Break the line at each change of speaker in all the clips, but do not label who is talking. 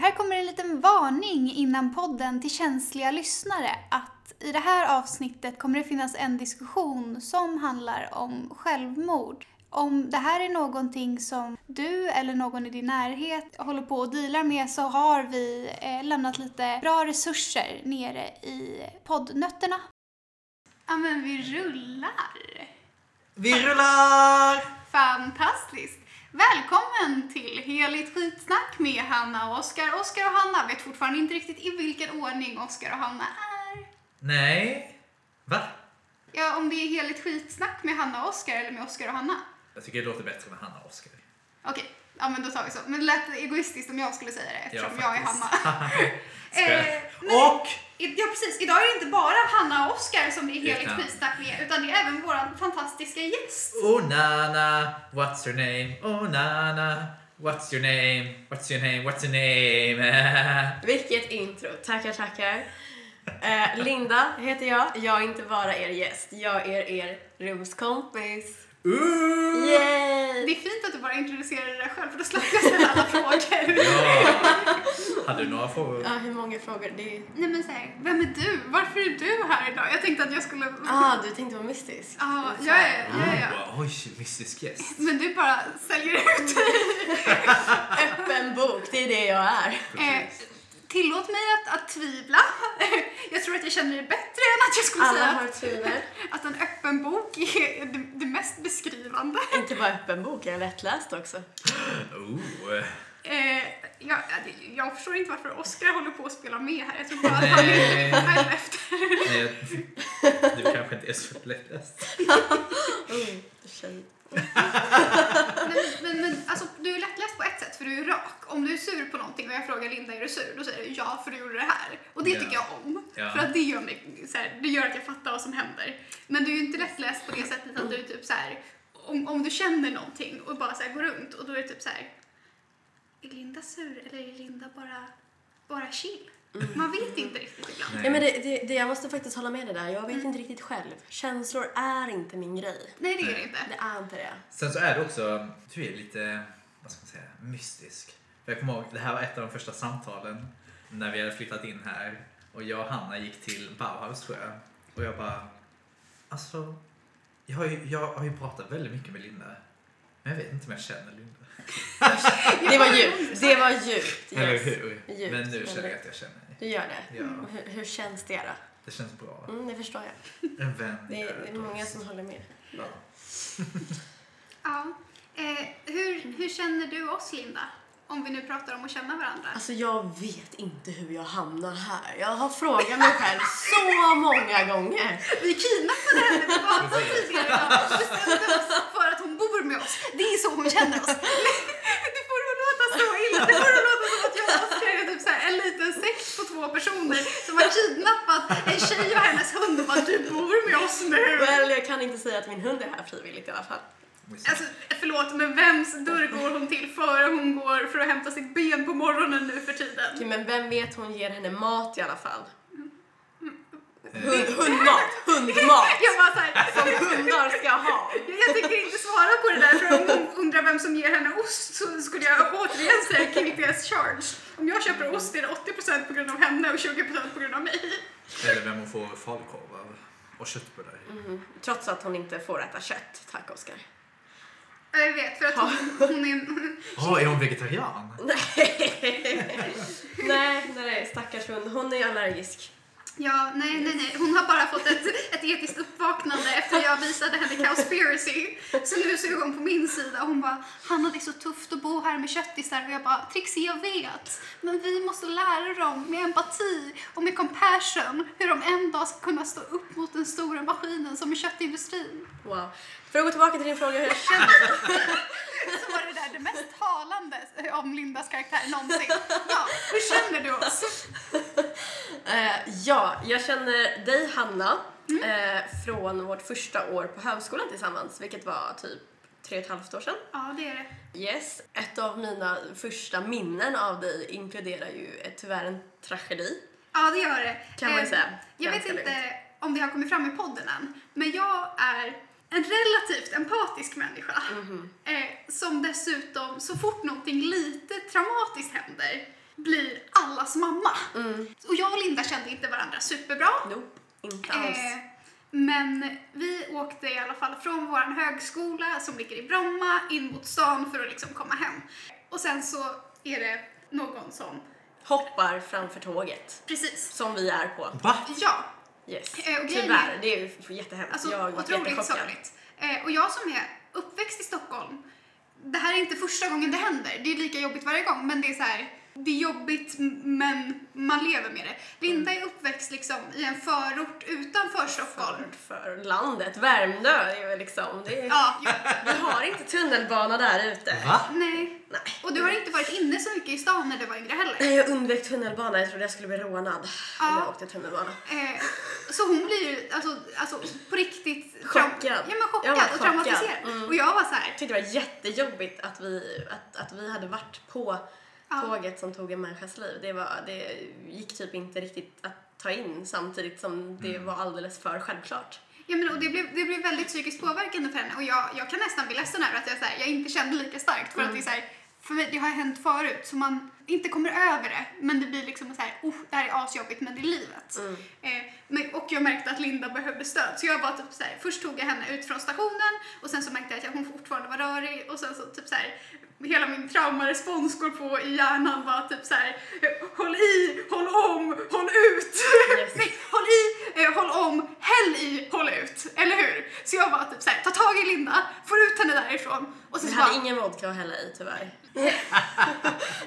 Här kommer en liten varning innan podden till känsliga lyssnare att i det här avsnittet kommer det finnas en diskussion som handlar om självmord. Om det här är någonting som du eller någon i din närhet håller på och dealar med så har vi eh, lämnat lite bra resurser nere i poddnötterna. Ja men vi rullar!
Vi rullar!
Fantastiskt! Välkommen till Heligt skitsnack med Hanna och Oskar. Oskar och Hanna vet fortfarande inte riktigt i vilken ordning Oskar och Hanna är.
Nej. Va?
Ja, om det är Heligt skitsnack med Hanna och Oskar eller med Oskar och Hanna.
Jag tycker det låter bättre med Hanna och Oskar.
Okej, ja men då tar vi så. Men det lät egoistiskt om jag skulle säga det eftersom jag är Hanna.
Skojar.
Eh, men-
och
I- Ja precis, idag är det inte bara Hanna och Oskar som det är Heligt
Utan-
skitsnack med utan det är även vår fantastiska gäst.
Onana, what's your name? Onana, what's your name? What's your name? What's your name?
Vilket intro, tackar tackar. Eh, Linda heter jag, jag är inte bara er gäst, jag är er rumskompis.
Ooh!
Det
Yay!
är fint att du bara introducerar dig själv för då slapp jag ställa alla frågor.
Ja. Hade du några frågor?
Ja, hur många frågor? Det är...
Nej men såhär, vem är du? Varför är du här idag? Jag tänkte att jag skulle... Ja,
Ah, du tänkte vara mystisk?
ja, ja, ja, ja.
Ooh, oj, mystisk gäst.
Men du bara säljer ut dig.
Öppen bok, det är det jag är.
Eh, tillåt mig att, att tvivla. Jag tror att jag känner det bättre än att jag skulle
Alla
säga
har
att,
tvivel.
att en öppen bok är det, det mest beskrivande.
Inte bara öppen bok, jag är lättläst också.
Ooh.
Eh, jag, jag förstår inte varför Oscar håller på att spela med här. Jag tror bara att han är
Nej.
själv efter.
Nej, jag- Du kanske inte är så lättläst.
Mm, tjej.
Men, men, men alltså, du är lättläst på ett sätt för du är rak. Om du är sur på någonting och jag frågar Linda är du sur? Då säger du ja för du gjorde det här. Och det
Ja.
tycker jag om.
Ja.
För att det gör, mig, så här, det gör att jag fattar vad som händer. Men du är ju inte lättläst på det sättet att du är typ så här, om, om du känner någonting och bara så här, går runt och då är det typ så här. Är Linda sur eller är Linda bara, bara chill? Man vet inte riktigt ibland. Nej.
Nej.
Ja, men det, det, det, jag måste faktiskt hålla med dig där, jag vet inte riktigt själv. Känslor är inte min grej.
det är det inte.
Det är inte det.
Sen så är det också, du är lite, vad ska man säga, mystisk. För Jag kommer ihåg, det här var ett av de första samtalen när vi hade flyttat in här och jag och Hanna gick till Bauhaus tror jag. Och jag bara, alltså, jag har ju, jag har ju pratat väldigt mycket med Linda. Men jag vet inte om jag känner Linda.
Det var djupt, det var djupt.
Eller
yes.
hur?
Djupt,
Men nu känner jag
väldigt.
att jag känner dig.
Du gör det?
Ja,
Hur, hur känns det då?
det känns bra.
Mm, det förstår jag.
En vän
Det
gör
är, det är
då.
många som håller med.
Ja.
Ja. Eh, hur, hur känner du oss Linda? Om vi nu pratar om att känna varandra.
Alltså jag vet inte hur jag hamnar här. Jag har frågat mig själv så många gånger.
Vi kidnappade henne på gatan tidigare idag och bestämde oss för att hon bor med oss. Det är så hon känner oss. Det får hon låta så illa. Det får hon låta som att jag och Oskar är typ så här en liten sekt på två personer som har kidnappat en tjej och hennes hund och bara du bor med oss nu.
Well, jag kan inte säga att min hund är här frivilligt i alla fall.
Alltså förlåt men vems dörr går hon till före hon går för att hämta sitt ben på morgonen nu för tiden?
Okej, men vem vet, hon ger henne mat i alla fall.
Eh,
Hund, hundmat, hundmat!
Jag bara så här,
Som hundar ska ha.
Jag, jag tänker inte svara på det där för om hon undrar vem som ger henne ost så skulle jag återigen säga guilty as charged. Om jag köper ost är det 80% på grund av henne och 20% på grund av mig.
Eller vem hon får falukorv av. Och köttbullar.
Mm. Trots att hon inte får äta kött, tack Oskar.
Ja, Jag vet för att hon, hon är en...
Åh, är hon vegetarian?
Nej, nej, stackars hund. Hon är allergisk.
Ja, nej, nej, nej. Hon har bara fått ett, ett etiskt uppvaknande efter jag visade henne Cowspiracy. Så nu så är hon på min sida och hon bara “Hanna, det är så tufft att bo här med köttisar” och jag bara “Trixie, jag vet. Men vi måste lära dem med empati och med compassion hur de en dag ska kunna stå upp mot den stora maskinen som är köttindustrin”.
Wow. För att gå tillbaka till din fråga hur jag känner.
Så var det där det mest talande om Lindas karaktär någonsin. Ja, hur känner du oss?
Eh, ja, jag känner dig Hanna
Mm.
eh, från vårt första år på högskolan tillsammans, vilket var typ tre och ett halvt år sedan.
Ja, det är det.
Yes. Ett av mina första minnen av dig inkluderar ju eh, tyvärr en tragedi,
Ja, det gör det.
kan man ju
Eh,
säga.
Jag vet
Ganska lugnt.
inte om det har kommit fram i podden än, men jag är en relativt empatisk människa
Mhm.
eh, som dessutom så fort någonting lite traumatiskt händer blir Noahs mamma.
Mm.
Och jag och Linda kände inte varandra superbra.
Nope, inte alls.
Eh, men vi åkte i alla fall från vår högskola som ligger i Bromma in mot stan för att liksom komma hem. Och sen så är det någon som,
Hoppar framför tåget,
precis,
som vi är på.
Va?
ja,
Yes.
Eh, och grejen
Tyvärr, det är ju jättehemskt.
Alltså
jag var
otroligt
jättechockad.
sorgligt. Eh, och jag som är uppväxt i Stockholm, det här är inte första gången det händer. Det är lika jobbigt varje gång, men det är så här, det är jobbigt m- men man lever med det. Linda är uppväxt liksom i en förort utanför Stockholm.
För, för landet. Värmdö är ju liksom... Det är,
Ja, jo,
Vi har inte tunnelbana där ute.
Va?
nej.
Nej.
Och du har inte varit inne så mycket i stan när du var yngre heller.
Nej, Eh, jag undvek tunnelbana. Jag trodde jag skulle bli rånad
Ja.
om jag åkte tunnelbana.
Eh, så hon blir ju alltså, alltså på riktigt traum-
Chockad.
Ja, men chockad
Jag var
och
chockad.
traumatiserad.
Mm.
Och jag var så här,
Jag tyckte det var jättejobbigt att vi, att, att vi hade varit på
Ja.
tåget som tog en människas liv. Det, var, det gick typ inte riktigt att ta in samtidigt som det
Mm.
var alldeles för självklart.
Ja, men, och det, blev, det blev väldigt psykiskt påverkande för henne och jag, jag kan nästan bli ledsen över att jag, så här, jag inte kände lika starkt för att det är så här, för mig, det har hänt förut så man inte kommer över det men det blir liksom så här, oh, det här är asjobbigt men det är livet. Eh, men, och jag märkte att Linda behövde stöd så jag var typ så här, först tog jag henne ut från stationen och sen så märkte jag att hon fortfarande var rörig och sen så typ så här, hela min traumarespons går på i hjärnan var typ så här, håll i, håll om, håll ut.
Yes.
Nej, håll i, eh, håll om, häll i, håll ut. Eller hur? Så jag var typ såhär, ta tag i Linda, får ut henne därifrån. Och sen
Vi
så
hade
bara,
ingen vodka att hälla i tyvärr.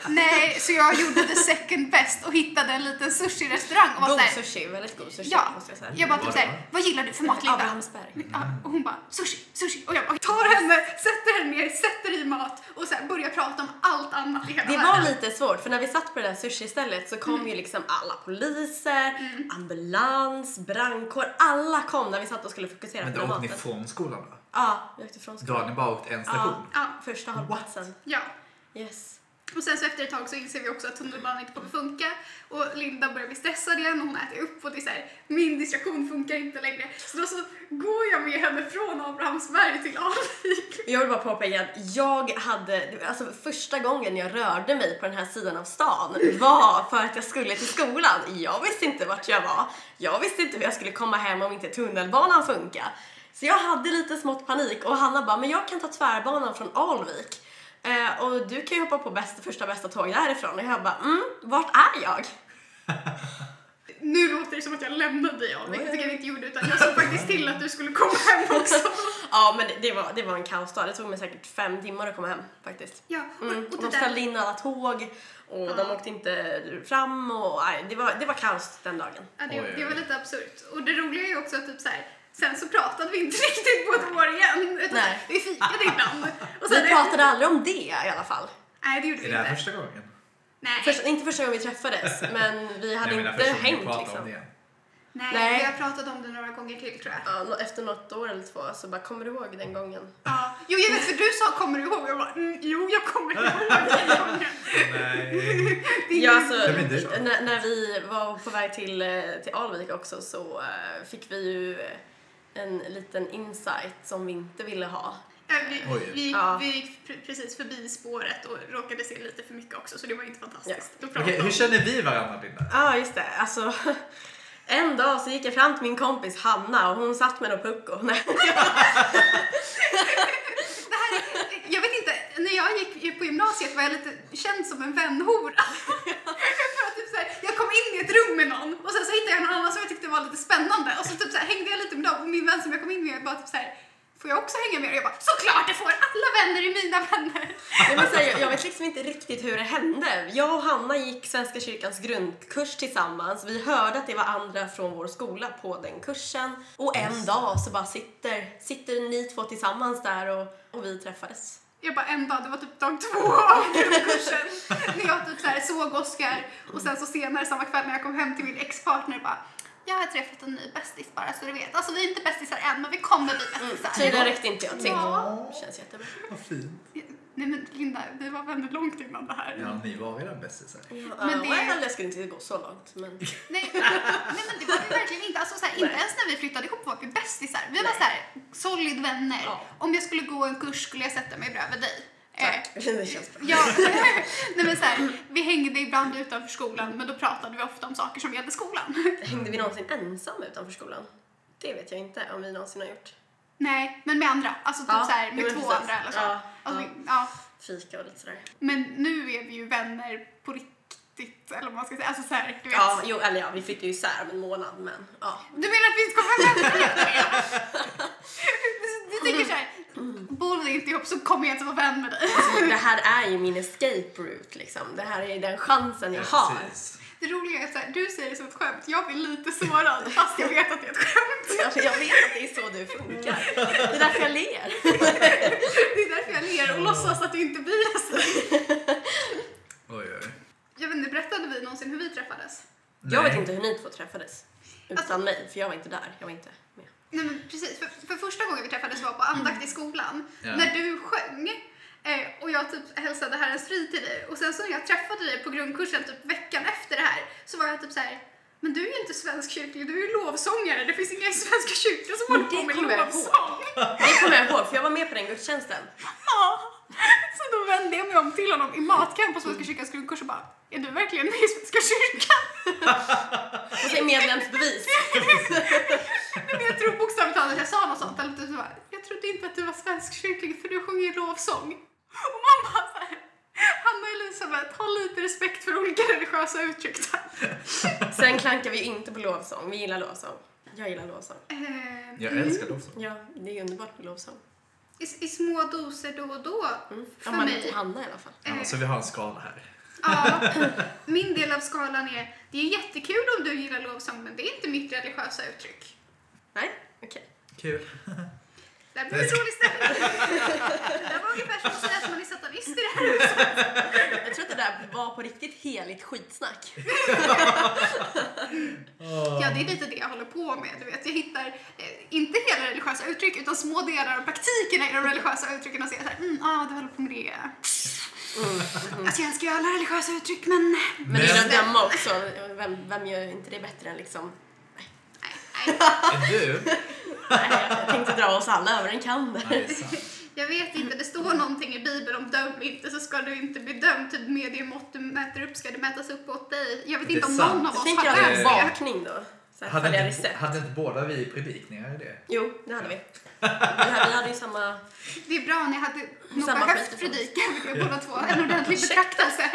nej, så jag gjorde the second best och hittade en liten sushi-restaurang och var
God
såhär,
sushi, väldigt god sushi
Ja.
måste jag säga.
jag bara typ
Var
såhär,
det?
vad gillar du för mat Linda?
Abrahamsberg.
Ja, ah, och hon bara sushi, sushi och jag bara tar henne, sätter henne ner, sätter i mat och så här börjar prata om allt annat i hela
Det var
världen.
lite svårt för när vi satt på det där sushi-stället så kom
Mm.
ju liksom alla poliser, ambulans, brandkår, alla kom när vi satt och skulle fokusera
Men
på
då
den
åkte
maten.
ni från skolan då?
Ja, vi åkte från
Då har
skolan.
ni bara åkt en station?
Ja,
Första hållplatsen.
ja.
Yes.
Och sen så efter ett tag så inser vi också att tunnelbanan inte kommer funka och Linda börjar bli stressad igen och hon äter upp och det är så här, min distraktion funkar inte längre. Så då så går jag med henne från Abrahamsberg till Alvik.
Jag vill bara påpeka att jag hade, alltså första gången jag rörde mig på den här sidan av stan var för att jag skulle till skolan. Jag visste inte vart jag var. Jag visste inte hur jag skulle komma hem om inte tunnelbanan funkar. Så jag hade lite smått panik och Hanna bara, men jag kan ta tvärbanan från Alvik. Eh, och du kan ju hoppa på bästa, första bästa tåg därifrån. Och jag bara, mm, vart är jag?
Nu låter det som att jag lämnade dig Alvik, vilket jag inte gjorde utan jag såg faktiskt till att du skulle komma hem också.
Ja, men det, det, var, det var en kaosdag. Det tog mig säkert fem timmar att komma hem faktiskt.
Ja, och,
Mm.
och
Och de
det där,
ställde in alla tåg och de
Ja.
åkte inte fram och nej, det, var, det var kaos den dagen.
ja, det,
Oj,
det var
oj.
lite absurt. Och det roliga är ju också att typ så här, sen så pratade vi inte riktigt på ett år igen. Utan
Nej.
Vi fikade ibland. Och sen,
Vi pratade aldrig om det i alla fall.
Nej, det gjorde vi
Är det här
inte.
första gången?
Nej.
Först, inte första gången vi träffades, men vi hade
Jag menar
inte
första gången vi
hängt
pratade om
liksom.
det.
Nej,
Nej.
vi har pratat om det några gånger till tror jag.
Ja, nå- efter något år eller två så bara, kommer du ihåg den gången?
Ja. Jo, jag vet för du sa kommer du ihåg? Jag bara, mm, jo, jag kommer ihåg.
Nej.
Det är
Ja,
ju-
alltså,
Det blir dyrt.
när, när vi var på väg till, eh, till Alvik också så eh, fick vi ju eh, en liten insight som vi inte ville ha.
Ja, vi,
Oj.
vi,
Ja.
vi gick pr- precis förbi spåret och råkade se lite för mycket också så det var inte fantastiskt. Då pratade
Okej,
de-
hur känner vi varandra Linda?
Ja, just det. Alltså, en dag så gick jag fram till min kompis Hanna och hon satt med någon pucko. Nej.
det här, jag vet inte, när jag gick på gymnasiet var jag lite känd som en vänhora. för att typ så här, jag kom in i ett rum med någon och sen så hittade jag någon annan som jag tyckte var lite spännande och så typ så här, hängde jag lite med dem och min vän som jag kom in med bara typ så här, får jag också hänga med? Och jag bara, såklart jag får! Alla vänner är mina vänner!
Nej, men så här, jag, jag vet liksom inte riktigt hur det hände. Jag och Hanna gick Svenska kyrkans grundkurs tillsammans. Vi hörde att det var andra från vår skola på den kursen. Och en dag så bara sitter, sitter ni två tillsammans där och, och vi träffades.
Jag bara en dag, det var typ dag två av grundkursen. när jag typ så här såg Oscar och sen så senare samma kväll när jag kom hem till min ex-partner bara jag har träffat en ny bästis bara så du vet. Alltså vi är inte bästisar än men vi kommer bli bästisar.
Tydligen räckte inte jag till.
Ja.
Känns jättebra.
Vad fint.
Nej men Linda, vi var vänner långt innan det här.
Ja, ni var redan bästisar.
Men
Men
det-
det... well, jag skulle inte gå så långt. Men...
Nej, nej men det var vi verkligen inte. Alltså, så här, inte
Nej.
ens när vi flyttade ihop var vi bästisar. Vi var så här, solid vänner.
Ja.
Om jag skulle gå en kurs skulle jag sätta mig bredvid dig. Eh,
Tack. Det känns bra.
Ja, nej men så här, vi hängde ibland utanför skolan men då pratade vi ofta om saker som gällde skolan.
Hängde vi någonsin ensamma utanför skolan? Det vet jag inte om vi någonsin har gjort.
Nej, men med andra. Alltså typ
Ja,
så här,
jo,
med
men
två
precis.
andra eller så.
Ja,
alltså,
ja.
vi- ja.
Fika och lite sådär.
Men nu är vi ju vänner på riktigt eller vad man ska säga. Alltså så här, du vet.
Ja, jo, eller ja, vi flyttade ju isär om en månad men ja.
Du menar att vi inte kommer vara vänner? Du tänker så här, bor vi inte ihop så kommer jag inte vara vän med dig.
Alltså, Det här är ju min escape route liksom. Det här är ju den chansen jag
Ja,
har.
precis.
Det roliga är att så här, du säger det som ett skämt, jag blir lite sårad fast jag vet att det är ett skämt.
Alltså, jag vet att det är så du funkar. Det är därför jag ler.
Det är därför jag ler och låtsas att det inte blir så.
Oj, oj.
Jag vet inte, berättade vi någonsin hur vi träffades?
Jag
Nej.
vet inte hur ni två träffades. Utan mig, för jag var inte där. Jag var inte med.
Nej men precis, för, för första gången vi träffades var på andakt i skolan.
Ja.
När du sjöng eh, och jag typ hälsade Herrens frid till dig. Och sen så när jag träffade dig på grundkursen typ veckan efter det här så var jag typ så här. Men du är ju inte svensk kyrklig, du är ju lovsångare. Det finns inga i svenska kyrkan som
Men
håller på
det
med
kommer jag
lovsång.
Det kommer jag ihåg, för jag var med på den gudstjänsten.
Ja. Så då vände jag mig om till honom i matkamp på Svenska kyrkans grundkurs och bara Är du verkligen med i Svenska kyrkan?
Och så är medlemsbevis.
Men jag tror bokstavligt talat att jag sa något sånt. Eller typ så bara, jag trodde inte att du var svenskkyrklig för du sjunger lovsång. Och man bara så här, Hanna och Elisabeth, ha lite respekt för olika religiösa uttryck tack.
Sen klankar vi inte på lovsång. Vi gillar lovsång. Jag gillar lovsång.
Eh,
Jag
mm.
älskar lovsång.
Ja, det är underbart med lovsång.
I, I små doser då och då. För
Om man
mig.
inte Hanna i alla fall.
Ja, så vi har en skala här.
Ja, min del av skalan är, det är jättekul om du gillar lovsång men det är inte mitt religiösa uttryck.
Nej, okej.
Kul.
Där blev det rolig stämning. Det där var ungefär som att säga att man är satanist i det här huset.
Jag tror att det där var på riktigt heligt skitsnack.
Ja, det är lite det jag håller på med. Du vet, jag hittar eh, inte hela religiösa uttryck utan små delar av praktikerna i de religiösa uttrycken och ser såhär, mm, ah, du håller på med det.
Mm.
Alltså jag älskar ju alla religiösa uttryck men...
Men det är att döma också. Vem, vem gör inte det bättre än liksom...
Nej,
Är du?
Nej, jag tänkte dra oss alla över en kam
Ja,
där.
det är sant.
jag vet inte, det står någonting i bibeln om döm inte så ska du inte bli dömd. Typ med det mått du mäter upp ska det mätas upp åt dig. Jag vet
Det är
inte om
sant.
någon av
Jag
oss
tänker
har
att det är
läst
en
det.
bakning då. Så här, följa
Hade inte,
recept.
hade inte båda vi predikningar i det?
Jo, det hade vi. Vi hade, vi hade ju samma...
Det är bra, ni hade nog
Samma
behövt
skit.
predika båda två. En ordentlig betraktelse.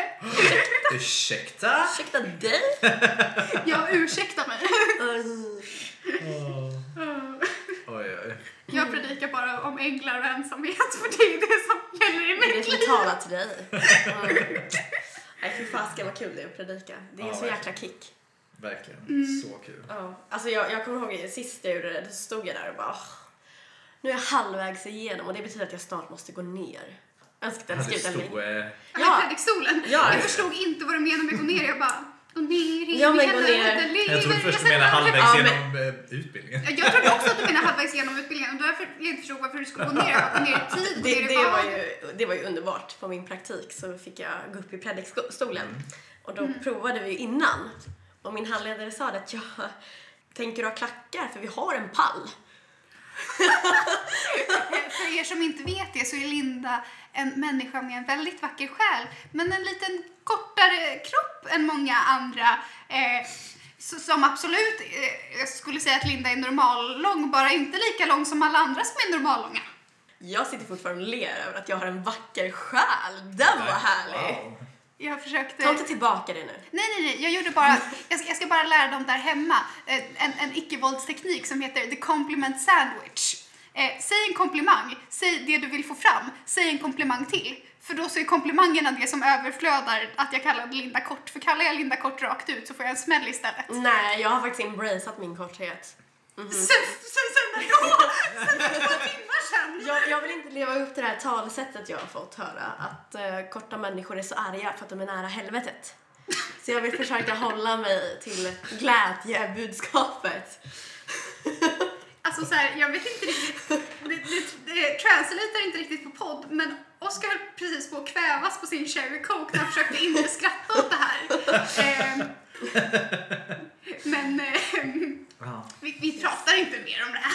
Ursäkta?
Ursäkta dig?
Jag ursäktar mig.
Um,
Mm. Oj, oj.
Jag predikar bara om änglar och ensamhet för det är det som gäller i
Det är det
mitt
som
liv.
talar till dig. Mm. Nej, fy fasken vad kul det är att predika. Det är en
Ja,
så
verkligen.
jäkla kick.
Verkligen.
Mm.
Så kul.
Ja. Alltså jag, jag kommer ihåg sist jag gjorde det, då stod jag där och bara "Åh, Nu är jag halvvägs igenom och det betyder att jag snart måste gå ner. Jag önskar att jag
Han
hade
du
skrivit en
stod... eh,
Ja.
Ja. Predikstolen.
Ja.
Jag förstod inte vad du menade med gå ner. Jag bara, gå ner i
Ja, men gå
helvetet,
ner.
ligger
Jag trodde
i
först
helvetet.
du menade halvvägs
Ja, men-
genom eh, utbildningen.
Jag trodde också att du menade halvvägs genom utbildningen och därför jag inte förstod varför du skulle gå ner. Jag bara, Gå ner i tid, gå
det,
ner
det,
i
var
vad.
ju, det var ju underbart. På min praktik så fick jag gå upp i predikstolen. Och då provade vi ju innan. Och min handledare sa det att jag tänker du ha klackar för vi har en pall.
Eh, För er som inte vet det så är Linda en människa med en väldigt vacker själ men en liten kortare kropp än många andra. Eh, så- som absolut, eh, jag skulle säga att Linda är normallång, bara inte lika lång som alla andra som är normallånga.
Jag sitter fortfarande och ler över att jag har en vacker själ. Den var härlig!
Wow.
Jag eh, försökte...
Ta inte tillbaka det nu.
Nej, nej, nej. Jag, gjorde bara, jag, ska, jag ska bara lära dem där hemma eh, en, en icke-våldsteknik som heter the compliment sandwich. Eh, säg en komplimang, säg det du vill få fram, säg en komplimang till. För då så är komplimangerna det som överflödar att jag kallade Linda kort. För kallar jag Linda kort rakt ut så får jag en smäll istället.
Nej, jag har faktiskt embraceat min korthet.
Sen, sen, sen när då? Sen för två timmar sedan?
Jag, jag vill inte leva upp till det här talesättet jag har fått höra att eh, korta människor är så arga för att de är nära helvetet. Så jag vill försöka hålla mig till glädjebudskapet.
Alltså så här, jag vet inte riktigt. Det, det, det translatear inte riktigt på podd, men Oskar höll precis på att kvävas på sin cherry coke när han försökte inte skratta åt det här. Eh, men eh,
Ja.
vi, vi pratar inte mer om det här.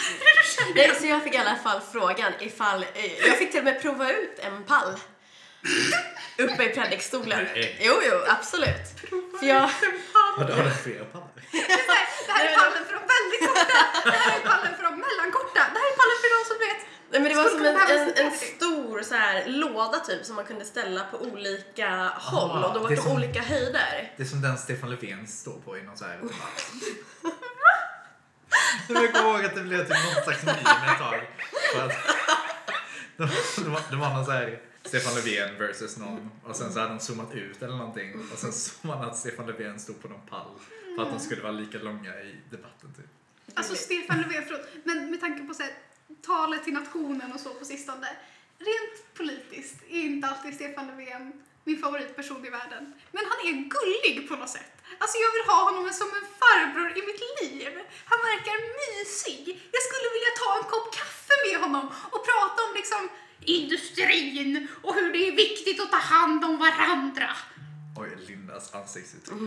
Nej, så jag fick i alla fall frågan ifall... eh, Jag fick till och med prova ut en pall. Uppe i predikstolen.
Nej.
Jo, jo, absolut. För jag,
Har du har du fler pallar?
Det här är pallen för de väldigt korta. Det här är pallen för de mellankorta. Det här är pallen för de som vet.
nej, men det var
Skulle
som
kunna
en,
behövas
en,
en
en
predikstol.
stor så här, låda typ som man kunde ställa på olika håll och då var
Ah, det
det,
är som-
olika höjder.
Det är som den Stefan Löfven står på i någon så här automat. Jag kommer ihåg att det blev typ någon slags meme ett tag. För att det, var- det var, det var någon så här Stefan Löfven versus någon och sen så hade de zoomat ut eller någonting och sen såg man att Stefan Löfven stod på någon pall för att de skulle vara lika långa i debatten typ.
Alltså Stefan Löfven, förlåt. Men med tanke på så här, talet till nationen och så på sistone. Rent politiskt är inte alltid Stefan Löfven min favoritperson i världen. Men han är gullig på något sätt. Alltså jag vill ha honom som en farbror i mitt liv. Han verkar mysig. Jag skulle vilja ta en kopp kaffe med honom och prata om liksom industrin och hur det är viktigt att ta hand om varandra.
Oj, Lindas ansiktsuttryck.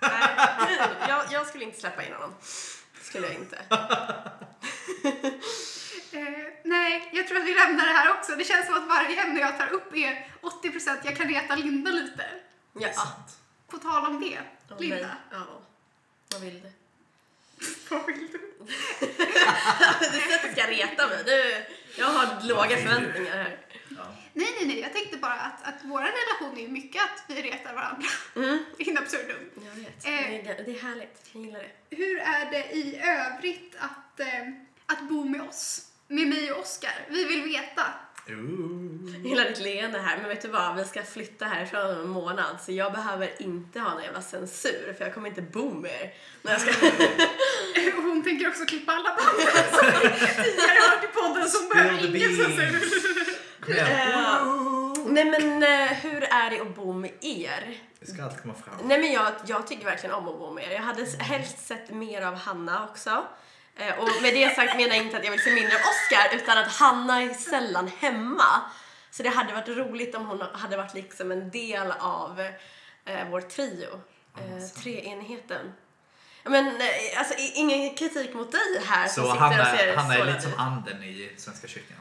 Nej, jag, jag skulle inte släppa in honom. Skulle jag inte.
Eh, nej, jag tror att vi lämnar det här också. Det känns som att varje ämne jag tar upp är 80% jag kan reta Linda lite.
Det
Ja.
är sant.
På tal om det,
Åh, nej.
Linda.
Ja. Vad vill du?
Vad vill du?
Du säger att du ska reta mig. Du, jag har låga
vill du?
förväntningar här.
Ja.
Nej, nej, nej. Jag tänkte bara att, att vår relation är ju mycket att vi retar varandra.
Mm.
In absurdum.
Jag vet.
Eh.
Det är- Det är härligt. Jag gillar det.
Hur är det i övrigt att, eh, att bo med oss? Med mig och Oskar? Vi vill veta.
Ooh.
Jag gillar ditt leende här, men vet du vad? Vi ska flytta härifrån om en månad så jag behöver inte ha någon jävla censur för jag kommer inte bo med er. Men jag ska...
Och Hon tänker också klippa alla band som vi tidigare har hört i podden som behöver
Spill the
ingen
beans.
censur.
Kom igen.
Eh, Nej men eh, hur är det att bo med er?
Det ska alltid komma fram.
Nej men jag, jag tycker verkligen om att bo med er. Jag hade s- helst sett mer av Hanna också. Eh, Och med det sagt menar jag inte att jag vill se mindre av Oscar utan att Hanna är sällan hemma. Så det hade varit roligt om hon hade varit liksom en del av eh, vår trio. Eh,
Alltså.
treenigheten. Ja, Men eh, alltså i- ingen kritik mot dig här som
Så
sitter
han
och ser
är, han är
sårad
lite som
ut.
anden i Svenska kyrkan.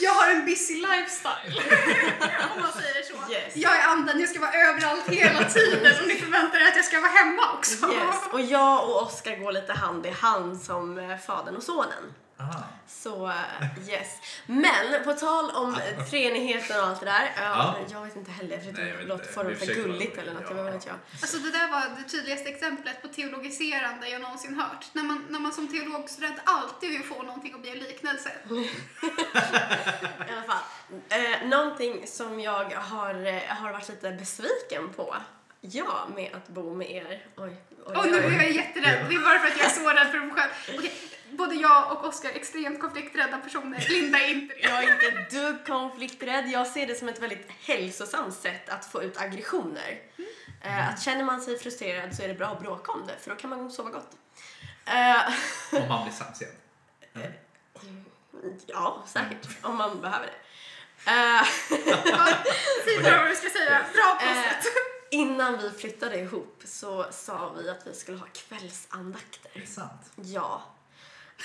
Jag har en busy lifestyle. Om man säger så.
Yes.
Jag är anden, jag ska vara överallt hela tiden och ni förväntar er att jag ska vara hemma också.
Yes. Och jag och Oscar går lite hand i hand som eh, fadern och sonen.
Aha.
Så eh, yes. Men på tal om eh, treenigheten och allt det där. eh,
Ja.
Jag vet inte heller,
Nej, jag
förutom
vet inte.
låtformen
Vi
för
försöker
gulligt
vara-
eller något.
ja.
Jag vet inte jag.
Alltså det där var det tydligaste exemplet på teologiserande jag någonsin hört. När man, när man som teologstudent alltid vill få någonting att bli en liknelse.
I alla fall. Eh, någonting som jag har, eh, har varit lite besviken på. Ja, med att bo med er. Oj, oj,
Och nu är jag jätterädd, det är bara för att jag är så rädd för mig själv. Okej, Både jag och Oskar är extremt konflikträdda personer, Linda är inte det.
Jag är inte ett dugg konflikträdd. Jag ser det som ett väldigt hälsosamt sätt att få ut aggressioner.
Mm.
Eh, att känner man sig frustrerad så är det bra att bråka om det, för då kan man sova gott. Eh,
Om man blir sams igen.
Ja, säkert. Om man behöver det. Eh,
Säg bara vad du ska säga, bra på
eh,
sätt.
innan vi flyttade ihop så sa vi att vi skulle ha kvällsandakter.
Det är sant.
Ja.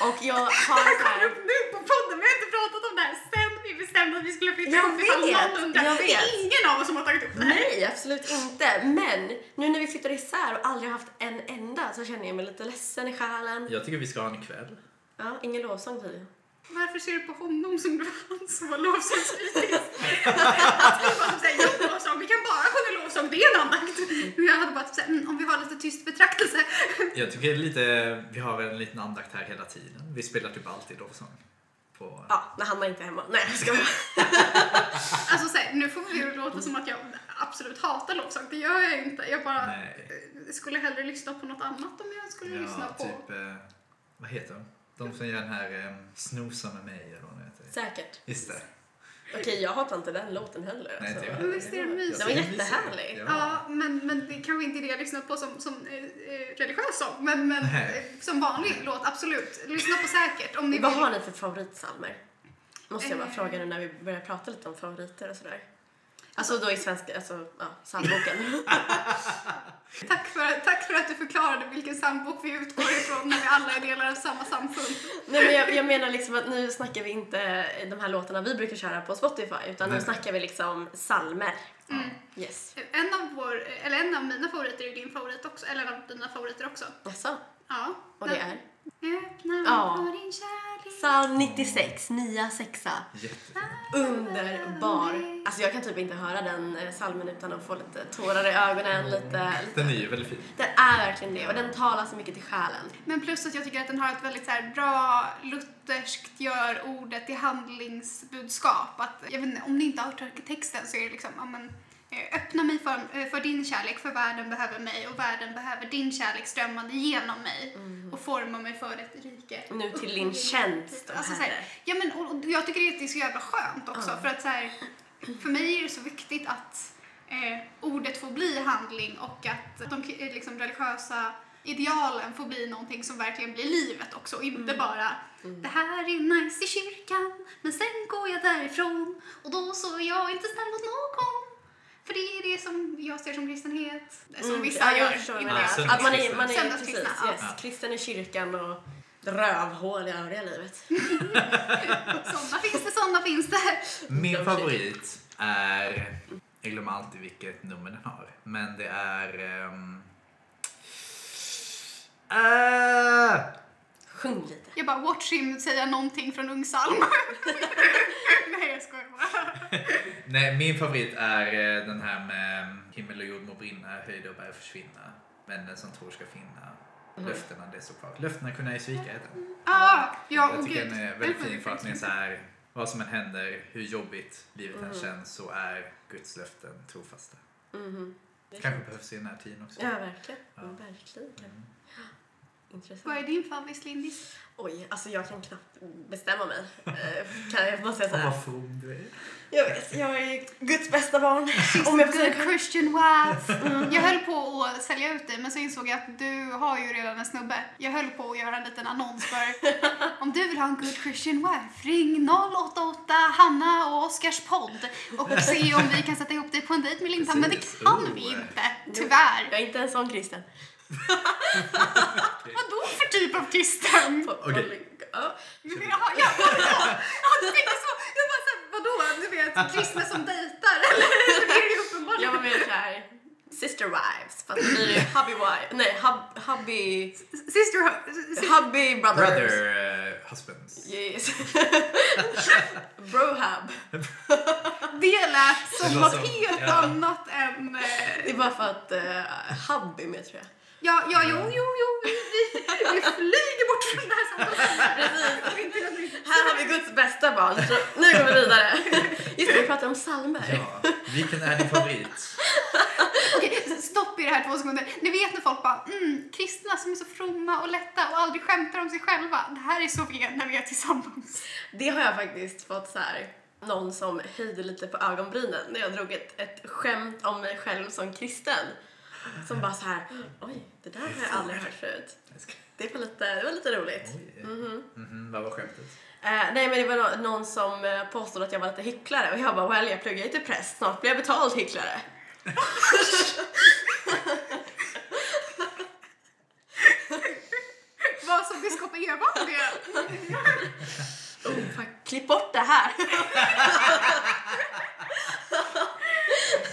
Och jag har så
kommer
här...
upp nu på podden, vi har inte pratat om det här sen vi bestämde att vi skulle flytta
Jag
ihop ifall
vet,
någon undrar.
jag
Det är
vet.
ingen av oss som har tagit upp det här.
Nej, absolut inte. Men nu när vi flyttar isär och aldrig haft en enda så känner jag mig lite ledsen i själen.
Jag tycker vi ska ha en ikväll.
Ja, ingen lovsång tydligen.
Varför ser du på honom som du han som var lovsångskritiker? Han skulle bara typ säga jo lovsång, vi kan bara sjunga lovsång, det är en andakt. Men jag hade bara typ såhär, mm, om vi har lite tyst betraktelse.
Jag tycker lite, vi har väl en liten andakt här hela tiden. Vi spelar typ alltid lovsång. På...
Ja, när Hanna inte är hemma. Nej, jag ska
Alltså såhär, nu får vi ju låta som att jag absolut hatar lovsång, det gör jag inte. Jag bara
Nej.
eh, skulle hellre lyssna på något annat om jag skulle lyssna
Ja,
på.
typ, eh, vad heter de? De som gör den här eh, Snosa med mig eller vad den heter.
Säkert.
Just det.
Okej, jag hatar inte den låten heller.
Nej, inte jag.
Men visst är det mysigt?
Den var jättehärlig.
Ja.
Ja, men, men det kanske inte är det jag lyssnat på som, som eh, eh, religiös sång, men, men
Nej.
eh, som vanlig låt, absolut. Lyssna på säkert om ni
Vad
vill.
har ni för favoritsalmer? Måste jag bara
Eh.
fråga nu när vi börjar prata lite om favoriter och sådär. Alltså då i svenska, alltså ja, psalmboken.
Tack för, tack för att du förklarade vilken sambok vi utgår ifrån när vi alla är delar av samma samfund.
Nej men jag, jag menar liksom att nu snackar vi inte de här låtarna vi brukar köra på Spotify utan nu
Nej.
snackar vi liksom salmer.
Mm.
Yes.
En av, vår, eh, eller en av mina favoriter är ju din favorit också, eller en av dina favoriter också.
Jaså?
Ja.
Alltså, Och det
Den-
är?
Öppna
Ja.
för din kärlek.
Psalm 96, nia sexa.
Jättefint.
Underbar. Alltså jag kan typ inte höra den eh, psalmen utan att få lite tårar i ögonen, lite...
Den är ju väldigt fin.
Den är verkligen det och den talar så mycket till själen.
Men plus att jag tycker att den har ett väldigt så här bra lutherskt gör ordet till handlingsbudskap. Att, jag vet inte, om ni inte har hört texten så är det liksom, ja men eh, öppna mig för, eh, för din kärlek, för världen behöver mig och världen behöver din kärlek strömmande genom mig och forma mig för ett rike.
Nu till din tjänst,
Alltså,
oh
så här,
herre.
ja, men, och, och jag tycker det är så jävla skönt också
Ja.
för att så här, för mig är det så viktigt att eh, ordet får bli handling och att de eh, liksom, religiösa idealen får bli någonting som verkligen blir livet också och inte
Mm.
bara det här är nice i kyrkan men sen går jag därifrån och då så är jag inte snäll mot någon för det är det som jag ser som kristenhet som
Mm,
vissa
ja, jag
gör.
förstår
inte
vad
jag.
jag.
Att man är, man är precis,
Söndagskristna, ja.
yes, kristen i kyrkan och rövhål i övriga livet.
Sådana finns det, sådana finns det.
Min favorit är, jag glömmer alltid vilket nummer den har, men det är... ehm, äh,
Sjung lite.
Jag bara watch him säga någonting från Ung Psalm. Nej jag skojar bara.
nej, min favorit är eh, den här med himmel och jord må brinna, höjder och berg försvinna, men den som tror ska finna.
Mm.
Löftena, det är så klart. Löftena kunna ej svika heter den.
Ah, ja,
Jag
åh
tycker
gud.
den är
Den
väldigt
får
fin
vi
för att den är
faktiskt Mm.
så här. Vad som än händer, hur jobbigt livet än känns så är Guds löften trofasta.
Mm-hmm.
Mhm. Det är
Kanske
fint.
behövs i den här tiden också. Mm.
Ja, verkligen.
Ja.
Verkligen.
inte. Vad
Intressant.
är din favorit Lindis?
Oj, alltså jag kan knappt bestämma mig. Eh, kan jag måste
Åh,
jag säga.
vad from du är.
Jag vet, jag är Guds bästa barn. Om Alltså, jag får säga
Good Christian wife. Jag höll på att sälja ut dig men så insåg jag att du har ju redan en snubbe. Jag höll på att göra en liten annons för om du vill ha en good Christian wife ring 088 Hanna och Oscars podd och se om vi kan sätta ihop dig på en dejt med Lindan. Men det
Precis.
kan
Oh.
vi inte, tyvärr.
Jag är inte en sån kristen.
Vadå för typ av kristen?
Okej.
Ja.
Men Jaha, ja, vadå? Ja, det är inte så. Jag bara såhär, vadå? Du vet, kristna som dejtar eller? Det är ju
Jag var
uppenbarligen.
mer såhär sister wives, fast det blir ju hubby wife. Nej, hub, hubby...
Sister,
Hubby brothers.
Brother eh, husbands.
Yes. Brohub.
det lät som
Det
något
låter som-
helt
ja.
annat än... eh,
Det är bara för att uh, hubby är med tror jag.
Ja, ja, jo, jo, jo, vi, vi, vi flyger bort från det här samtalet.
Här har vi Guds bästa barn. Så nu går vi vidare. Just det, vi pratar om psalmer.
Ja. Vilken är din favorit?
Okej, stopp i det här två sekunder. Ni vet när folk bara, mm, kristna som är så fromma och lätta och aldrig skämtar om sig själva. Det här är så vi är när vi är tillsammans.
Det har jag faktiskt fått så här någon som höjde lite på ögonbrynen när jag drog ett, ett skämt om mig själv som kristen. Som bara så här, oj, det där har jag aldrig hört förut. Det var lite, det var lite roligt.
Oj. Mhm, Vad var skämtet?
Eh, nej men det var nå- någon som eh, påstod att jag var lite hycklare och jag bara well jag pluggar ju till präst, snart blir jag betald hycklare.
Vad som biskop Eva om det.
Oh, fan, klipp bort det här!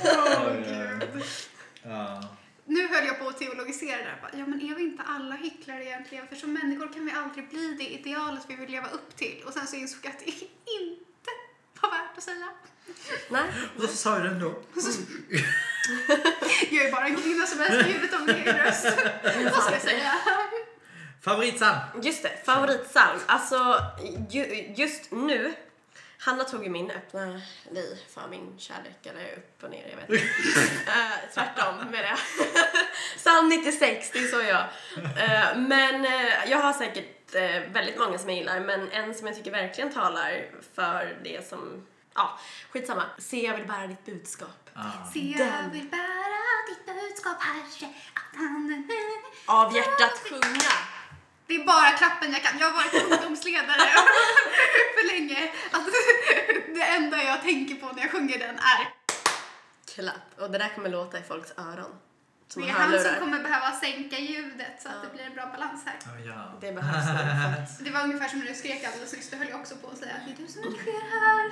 Åh, gud. Ja.
Nu höll jag på att teologisera där. Bara, Ja, men är vi inte alla hycklare egentligen? För som människor kan vi aldrig bli det idealet vi vill leva upp till. Och sen så insåg jag att det inte var värt att säga.
nej.
Och så sa du den då.
Jag är bara en kvinna som älskar huvudet av min egen röst. Vad ska jag säga?
Favoritsan!
Just det, favoritpsalm. Alltså ju, just nu, Hanna tog ju min öppna dig för min kärlek, eller upp och ner, jag vet inte. Eh, tvärtom med det. Psalm 96, det är så jag. Eh, men eh, jag har säkert eh, väldigt många som jag gillar, men en som jag tycker verkligen talar för det som, ja, skitsamma. Se jag vill bära ditt budskap.
Ah.
Se, jag vill bära ditt budskap, Herre, att han
Av hjärtat sjunga.
Det är bara klappen jag kan. Jag har varit ungdomsledare för länge. Alltså, det enda jag tänker på när jag sjunger den är
Klapp. Och det där kommer låta i folks öron. Som
Det
har
är han som
hörlurar.
kommer behöva sänka ljudet så att
Ja.
det blir en bra balans här.
Ja, ja.
Det behövs nog för att...
Det var ungefär som när du skrek alldeles nyss, då höll jag också på att säga att det är du som redigerar här,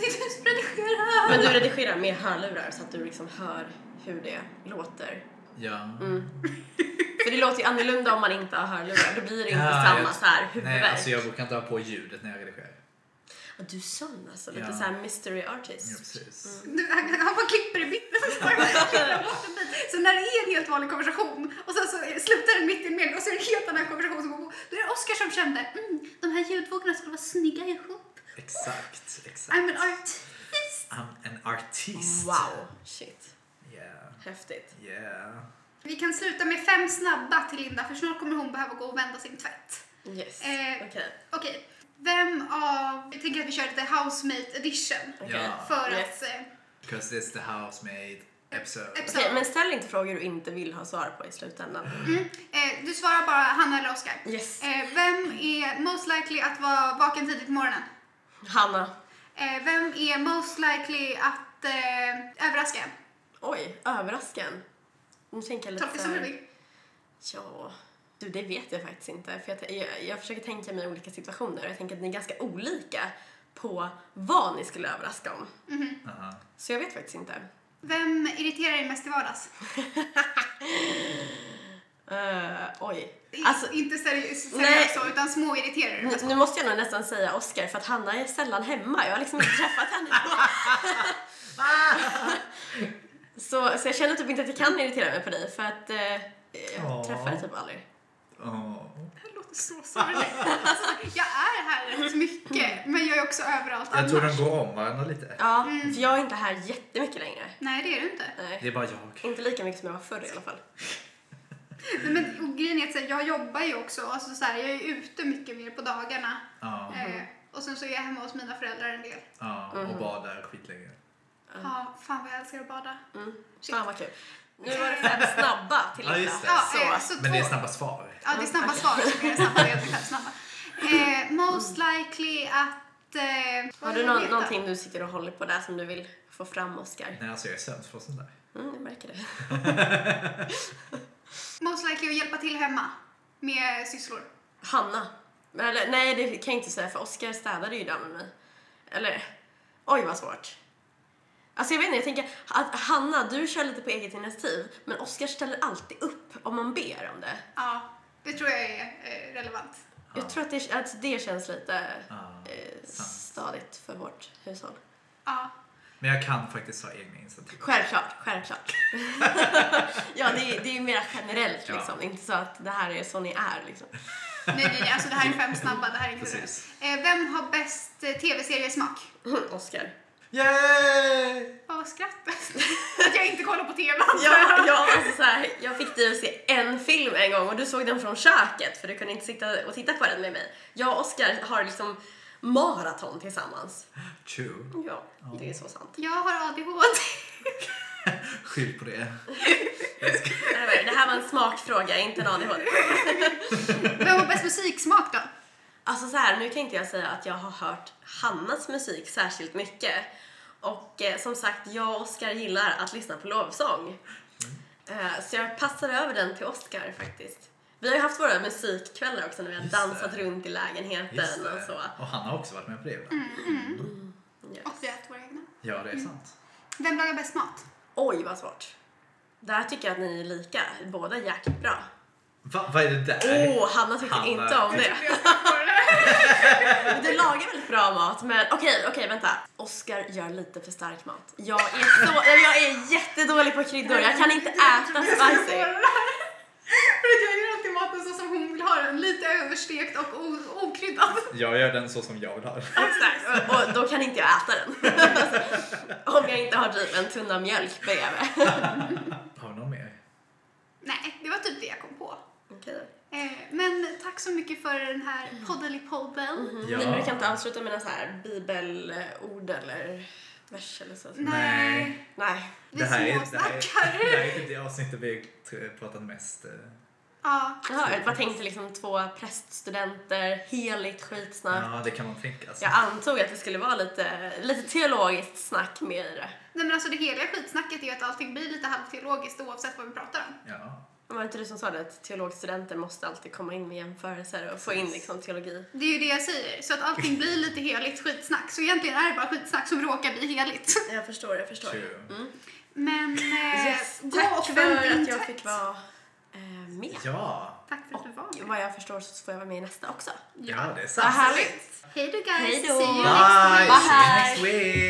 det är du som redigerar här.
Men du redigerar med hörlurar så att du liksom hör hur det låter.
ja.
För det låter ju annorlunda om man inte har hörlurar. Då blir det inte
Ja,
samma
jag-
så här
Nej,
huvudvärk.
alltså jag brukar inte ha på ljudet när jag redigerar.
Ja, Du är sån alltså. Lite
Ja.
så här mystery
Ja,
artist.
precis.
Du, han, han bara klipper i mitten. så bara klipper han bort en bit. Så när det är en helt vanlig konversation och sen så slutar den mitt i en mening och så är det en helt annan konversation som går på. Då är det Oscar som kände, mm, de här ljudvågorna skulle vara snygga ihop.
Exakt, exakt.
I'm an artist.
I'm an artist.
Wow! Shit.
Yeah,
Häftigt.
yeah.
Vi kan sluta med fem snabba till Linda för snart kommer hon behöva gå och vända sin tvätt.
Yes.
Eh,
Okej.
Okej, vem av... Jag tänker att vi kör lite housemate edition.
Okej.
Ja.
För
Yes.
att... eh,
Because this is the housemate episode.
Episode.
Okej, men ställ inte frågor du inte vill ha svar på i slutändan.
Eh, du svarar bara Hanna eller Oskar.
Yes.
Eh, vem är most likely att vara vaken tidigt på morgonen?
Hanna.
Eh, vem är most likely att eh, överraska en?
Oj, överrasken. Nu tänker jag lite
Tolka som du vill.
Ja. Du, det vet jag faktiskt inte. För jag, t- jag, jag försöker tänka mig olika situationer och jag tänker att ni är ganska olika på vad ni skulle överraska om.
Aha.
Så jag vet faktiskt inte.
Vem irriterar dig mest i vardags?
Eh, oj.
I-
Alltså,
inte seriöst
Nej.
seriöst så, utan små Alltså, irriterar dig.
nu, nu måste jag nog nästan säga Oscar för att Hanna är sällan hemma. Jag har liksom inte träffat henne. så, så jag känner typ inte att jag kan irritera mig på dig för att eh, jag
Ja.
träffar dig typ aldrig.
Åh.
Det här låter så sorgligt. Alltså, jag är här rätt mycket, men jag är också överallt
Jag tror de
annars.
går om varandra lite.
Ja, för jag är inte här jättemycket längre.
Nej, det är du inte.
Nej.
Det är bara jag.
Inte lika mycket som jag var förr i alla fall.
Nej, Men, och grejen är att så här, jag jobbar ju också. Alltså, så här, jag är ute mycket mer på dagarna.
Ja,
Eh, och sen så är jag hemma hos mina föräldrar en del.
ja.
Mm.
Och badar skitlänge.
Ja, fan vad jag älskar att bada.
Mm.
Shit.
Fan vad kul. Nu var det fem snabba till
Ja,
Linda.
just det.
Ja,
Så.
eh, så
Men det är
två-
snabba svar.
Ja, det är snabba svar. Så är det snabba, det är ungefär snabba. Eh, most likely att... Eh, vad
Har du
vill
nå-
veta?
någonting du sitter och håller på där som du vill få fram, Oscar?
Nej, alltså jag är sömnfrossen där.
Mm, jag märker det.
Most likely att hjälpa till hemma med sysslor.
Hanna. Eller, nej, det kan jag inte säga för Oscar städade ju idag med mig. Eller, oj vad svårt. Alltså jag vet inte, jag tänker att Hanna, du kör lite på eget initiativ, men Oscar ställer alltid upp om man ber om det.
Ja, det tror jag är eh, relevant.
Jag tror att det, att det känns lite
Ja.
eh,
sant.
stadigt för vårt hushåll.
Ja.
Men jag kan faktiskt ta egna initiativ.
Självklart, självklart. ja, det är, det är mer generellt
Ja.
liksom. Inte så att det här är så ni är liksom.
Nej, nej, nej, alltså det här är fem snabba. Det här är inte
Precis.
eh, Vem har bäst eh, tv-seriesmak?
Oscar.
Yay!
Vad skrattas Att jag inte kollar på tv. antar
Ja,
jag.
ja, alltså så här, jag fick dig att se en film en gång och du såg den från köket för du kunde inte sitta och titta på den med mig. Jag och Oscar har liksom maraton tillsammans.
True.
Ja, det är så sant.
Jag har ADHD.
Skyll på det.
Det här var- Det här var en smakfråga, inte en ADHD.
Vem har bäst musiksmak då?
Alltså så här, nu kan inte jag säga att jag har hört Hannas musik särskilt mycket. Och eh, som sagt, jag och Oscar gillar att lyssna på lovsång. Eh, så jag passar över den till Oscar faktiskt. Vi har ju haft våra musikkvällar också när vi har
Just
dansat
det.
runt i
Just
lägenheten och
det.
så.
Och han har också varit med på det ibland.
Yes.
Och vi äter våra egna.
Ja, det är sant.
Vem lagar bäst mat?
Oj, vad svårt. Där tycker jag att ni är lika. Båda är jäkligt bra.
Va, vad är det där?
Åh, oh, Hanna tyckte
Hanna.
inte om det. Du lagar väldigt bra mat, men okej, okej, vänta. Oscar gör lite för stark mat. Jag är, så, jag är jättedålig på kryddor, jag kan inte äta spicy.
För att jag gör alltid maten så som hon vill ha den. Lite överstekt och o- okryddad.
Jag gör den så som jag vill ha den.
Exakt, och, och då kan inte jag äta den. Om jag inte har typ en tunna mjölk bredvid.
Har vi någon mer?
Nej, det var typ det jag kom på.
Okej.
Eh, Men tack så mycket för den här poddelipodden.
Ja.
Men du kan inte avsluta med några så här bibelord eller vers eller så.
Nej,
Nej.
vi småsnackar.
det här är typ det avsnittet vi har pratat mest eh,
Ja.
Jaha, jag bara tänkte liksom två präststudenter, heligt skitsnack.
Ja, det kan man tänka sig.
Jag antog att det skulle vara lite, lite teologiskt snack med i det.
Nej men alltså det heliga skitsnacket är ju att allting blir lite halvteologiskt oavsett vad vi pratar om.
Ja.
Var det inte du typ som sa det att teologstudenter måste alltid komma in med jämförelser och få in liksom teologi?
Det är ju det jag säger, så att allting blir lite heligt skitsnack. Så egentligen är det bara skitsnack som råkar bli heligt.
Jag förstår, jag förstår.
True.
Men eh,
Yes,
gå
tack
och
för
vänta in
att jag
tvätt.
fick vara eh, med.
Ja.
Tack för att du var med.
Vad jag förstår så får jag vara med i nästa också.
ja, det är
Vad
sant.
härligt!
Hej då guys!
Hej då.
See you next week!
Bye! See you next
Bye.
week!